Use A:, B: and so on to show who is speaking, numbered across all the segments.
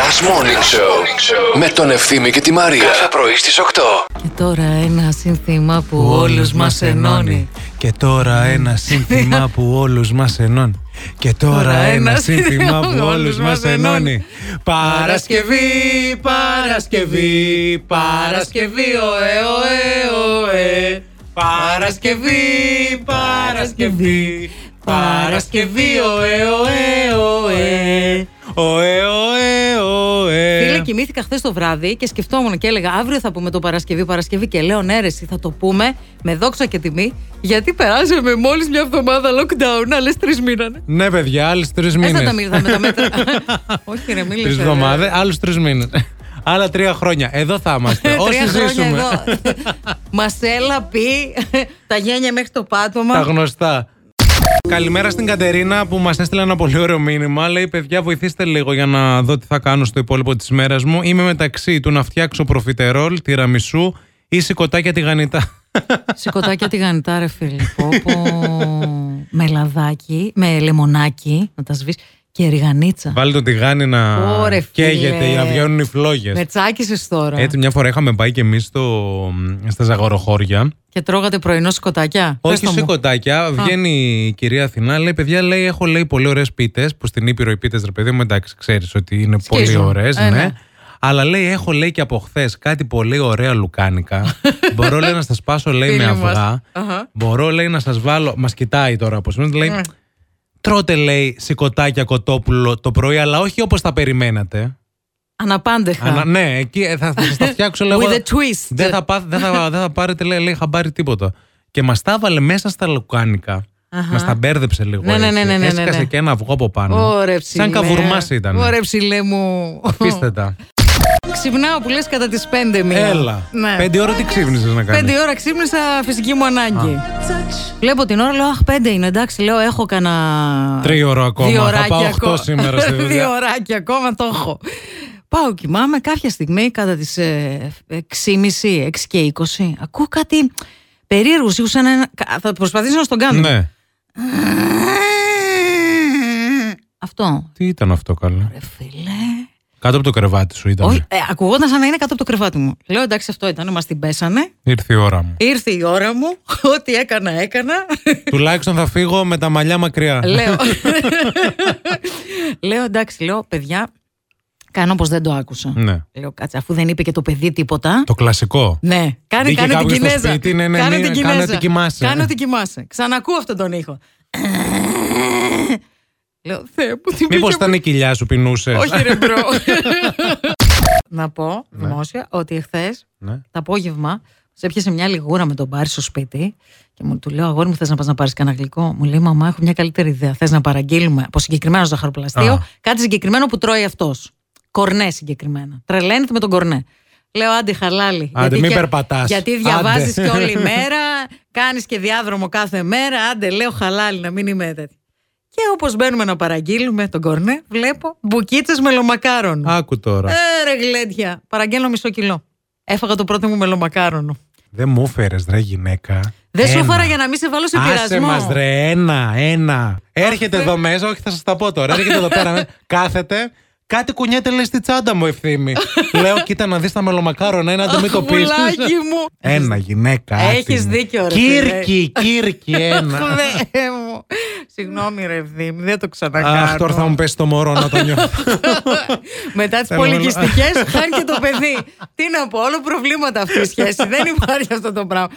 A: Last Morning Show με τον Ευθύμη και τη Μαρία. Κάθε πρωί στις 8.
B: Και Ε, τώρα ένα σύνθημα που όλους μας ενώνει.
C: Και τώρα ένα σύνθημα που όλους μας ενώνει. Και τώρα ένα σύνθημα που όλους μας ενώνει. Παρασκευή, Παρασκευή, Παρασκευή, ωε, ωε, ωε. Παρασκευή, Παρασκευή, Παρασκευή, ωε, ωε, ωε. Ωε, ωε, ωε.
B: Φίλε, κοιμήθηκα χθες το βράδυ και σκεφτόμουν και έλεγα αύριο θα πούμε το Παρασκευή, Παρασκευή και λέω ναι, ρε, εσύ, θα το πούμε με δόξα και τιμή γιατί περάσαμε μόλις μια εβδομάδα lockdown, άλλες τρεις μήνανε.
C: Ναι, παιδιά, άλλες τρεις
B: Δεν θα τα
C: μήνε.
B: μίλησα με τα μέτρα. Όχι, ρε, ε, μίλησε.
C: Τρει
B: ρε.
C: εβδομάδε, άλλου τρεις μήνες. Άλλα τρία χρόνια. Εδώ θα είμαστε.
B: ε, Τρία
C: Όσοι
B: χρόνια
C: ζήσουμε.
B: εδώ. Μασέλα, πει, τα γένια μέχρι το
C: Τα
B: πάτωμα.
C: γνωστά. Καλημέρα στην Κατερίνα που μας έστειλε ένα πολύ ωραίο μήνυμα. Λέει: Παιδιά, βοηθήστε λίγο για να δω τι θα κάνω στο υπόλοιπο της μέρας μου. Είμαι μεταξύ του να φτιάξω προφιτερόλ, τυραμισού ή σηκωτάκια τηγανιτά.
B: Σηκωτάκια τη γανιτά, ρε φίλε. Πω, πω. με λαδάκι, με λεμονάκι, να τα σβήσεις και ριγανίτσα.
C: Βάλει το τηγάνι να
B: Ωρε, φίλε.
C: καίγεται για να βγαίνουν οι φλόγες.
B: Με τσάκισε τώρα.
C: Έτσι, μια φορά είχαμε πάει και εμείς στα Ζαγοροχώρια.
B: Και τρώγατε πρωινό σκοτάκια. Πες
C: Όχι
B: το μου.
C: σηκωτάκια. Βγαίνει η κυρία Αθηνά, λέει: Παιδιά, λέει, έχω λέει, πολύ ωραίες πίτες. Που στην Ήπειρο οι πίτες, ρε παιδί μου, εντάξει, ξέρεις ότι είναι
B: Σκίζουν.
C: πολύ ωραίες.
B: Ε,
C: ναι.
B: ναι.
C: Αλλά λέει: Έχω λέει και από χθες κάτι πολύ ωραία λουκάνικα. Μπορώ λέει να σας πάσω, λέει, με
B: Φίλοι μας.
C: αυγά.
B: Αχα.
C: Μπορώ λέει να σας βάλω. Μας κοιτάει τώρα από σήμερα. Λέει:
B: Ναι.
C: Τρώτε λέει σηκωτάκια κοτόπουλο το πρωί, αλλά όχι όπως τα περιμένατε.
B: Αναπάντεχα.
C: Αλλά, ναι, εκεί ε, θα, θα σας τα φτιάξω λέω.
B: With
C: εγώ.
B: a twist.
C: Δεν θα, πάθ- δεν θα, δεν θα πάρετε, λέει, λέει, χαμπάρι τίποτα. Και μας τα έβαλε μέσα στα λουκάνικα.
B: Αχα.
C: Μας τα μπέρδεψε λίγο.
B: Ναι, ναι,
C: έτσι.
B: ναι, ναι, ναι, ναι,
C: Έσκασε
B: ναι.
C: και ένα αυγό από πάνω.
B: Ωρε, ψηλέ.
C: Σαν καβουρμάς ήταν.
B: Ωρε, ψηλέ μου.
C: Αφήστε τα.
B: Ξυπνάω που λες κατά τις 5 μία.
C: Έλα.
B: Ναι.
C: Πέντε ώρα τι ξύπνησες να κάνεις.
B: Πέντε ώρα ξύπνησα φυσική μου ανάγκη. Βλέπω την ώρα, λέω Αχ, πέντε είναι. Εντάξει, λέω έχω κανένα.
C: Τρίωρο ακόμα.
B: Δύο
C: Θα
B: ωράκια
C: πάω
B: ακόμα.
C: οκτώ σήμερα στη δουλειά.
B: Δύο ωράκια ακόμα το έχω. Πάω, κοιμάμαι. Κάποια στιγμή κατά ε, τι 6.30, 6 και 20, ακούω κάτι περίεργο. Σίγουρα σαν ένα. κα- Θα προσπαθήσω να στον κάνω.
C: Ναι.
B: Αυτό.
C: Τι ήταν αυτό καλά.
B: Ρε φίλε.
C: Κάτω από το κρεβάτι σου ήταν.
B: Όχι, ε, ακουγόταν σαν να είναι κάτω από το κρεβάτι μου. Λέω εντάξει, αυτό ήταν. Μας την πέσανε.
C: Ήρθε η ώρα μου.
B: Ήρθε η ώρα μου. Ό,τι έκανα, έκανα.
C: Τουλάχιστον θα φύγω με τα μαλλιά μακριά.
B: λέω. λέω εντάξει, λέω παιδιά, κάνω πως δεν το άκουσα.
C: Ναι.
B: λέω κάτσε, αφού δεν είπε και το παιδί τίποτα.
C: Το κλασικό.
B: Ναι, κάνε,
C: Μπήκε
B: κάνε την
C: κάποιος στο
B: Κινέζα.
C: σπίτι, ναι, ναι,
B: κάνε
C: ναι,
B: την
C: κάνε
B: Κινέζα.
C: ότι κοιμάσαι.
B: Κάνε ότι κοιμάσαι. Ξανακούω αυτόν τον ήχο. λέω, Θεέ μου, τι
C: Μήπω
B: πήγε
C: ήταν η κοιλιά σου πεινούσε.
B: Ναι, Όχι, ρε μπρο. Να πω δημόσια ότι εχθές
C: Ναι.
B: το απόγευμα σε έπιασε μια λιγούρα με τον Μπάρι στο σπίτι και μου του λέω: Αγόρι μου, θες να πας να πάρεις κανένα γλυκό. Μου λέει: Μαμά, έχω μια καλύτερη ιδέα. Θες να παραγγείλουμε από συγκεκριμένο ζαχαροπλαστείο
C: Α.
B: κάτι συγκεκριμένο που τρώει αυτός. Κορνέ συγκεκριμένα. Τρελαίνεται με τον κορνέ. Λέω: Άντε, χαλάλι.
C: Άντε, μην
B: και-
C: περπατάς.
B: Γιατί
C: Άντε.
B: διαβάζεις και όλη μέρα, κάνεις και διάδρομο κάθε μέρα. Άντε, λέω: Χαλάλι, να μην είμαι τέτοια. Και όπως μπαίνουμε να παραγγείλουμε τον κορνέ, βλέπω μπουκίτσες μελομακάρων.
C: Άκου τώρα.
B: Ε, ρε γλέντια. Παραγγέλνω μισό κιλό. Έφαγα το πρώτο μου μελομακάρονο.
C: Δεν μου φέρε, ρε γυναίκα.
B: Δεν σου
C: Ένα.
B: έφαρα για να μην σε βάλω σε
C: Άσε
B: πειρασμό. ε-
C: μας ρε, ένα, ένα. Έρχεται εδώ μέσα, όχι θα σας τα πω τώρα. Έρχεται εδώ πέρα, ναι. κάθεται. Κάτι κουνιέται λέει στη τσάντα μου ευθύμη. Λέω, κοίτα να δεις τα μελομακάρονα, ένα το μην το πεις.
B: Πουλάκι μου.
C: Ένα γυναίκα.
B: Έχεις
C: άτιμη.
B: δίκιο, ρε,
C: Κύρκι, κύρκι, ένα.
B: Θεέ ναι, μου. Συγγνώμη, ρε Ευθύμη, δεν το ξανακάνω.
C: Αχ, τώρα θα μου πέσει το μωρό να το νιώθω.
B: Μετά τις
C: Θέλω να-
B: πολυκιστικέ, χάνει και το παιδί. Τι να πω, όλο προβλήματα αυτή η σχέση. Δεν υπάρχει αυτό το πράγμα.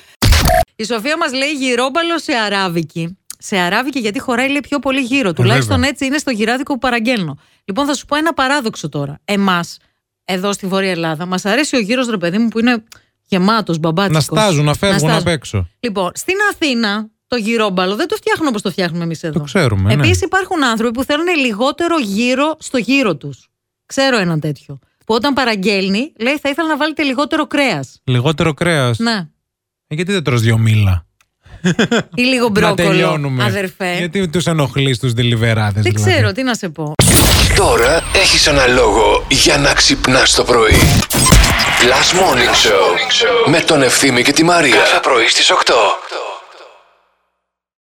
B: Η Σοφία μας λέει γυρόμπαλο σε αράβικη. Σε αράβικη γιατί χωράει λέει πιο πολύ γύρω. Τουλάχιστον
C: βέβαια.
B: έτσι είναι στο γυράδικο που παραγγέλνω. Λοιπόν, θα σου πω ένα παράδοξο τώρα. Εμάς, εδώ στη Βόρεια Ελλάδα, μας αρέσει ο γύρος ρε παιδί μου που είναι γεμάτος μπαμπάτσικο.
C: να στάζουν, να φεύγουν
B: στάζουν.
C: απ' έξω.
B: Λοιπόν, στην Αθήνα το γυρόμπαλο δεν το φτιάχνουμε όπως το φτιάχνουμε εμείς εδώ.
C: Το ξέρουμε, ναι.
B: Επίσης υπάρχουν άνθρωποι που θέλουν λιγότερο γύρο στο γύρο τους. Ξέρω έναν τέτοιο. Που όταν παραγγέλνει, λέει θα ήθελα να βάλετε λιγότερο κρέας.
C: Λιγότερο κρέας.
B: Ναι.
C: Ε, Γιατί δεν τρως δυο μήλα.
B: Ή λίγο
C: Να
B: μπρόκολο.
C: τελειώνουμε.
B: Αδερφέ.
C: Γιατί τους ενοχλείς τους διλιβεράδες
B: Δεν
C: δηλαδή.
B: ξέρω τι να σε πω.
A: Τώρα έχεις ένα λόγο για να ξυπνάς το πρωί. Last Morning Show με τον Ευθύμη και τη Μαρία. Κάθε πρωί στις 8.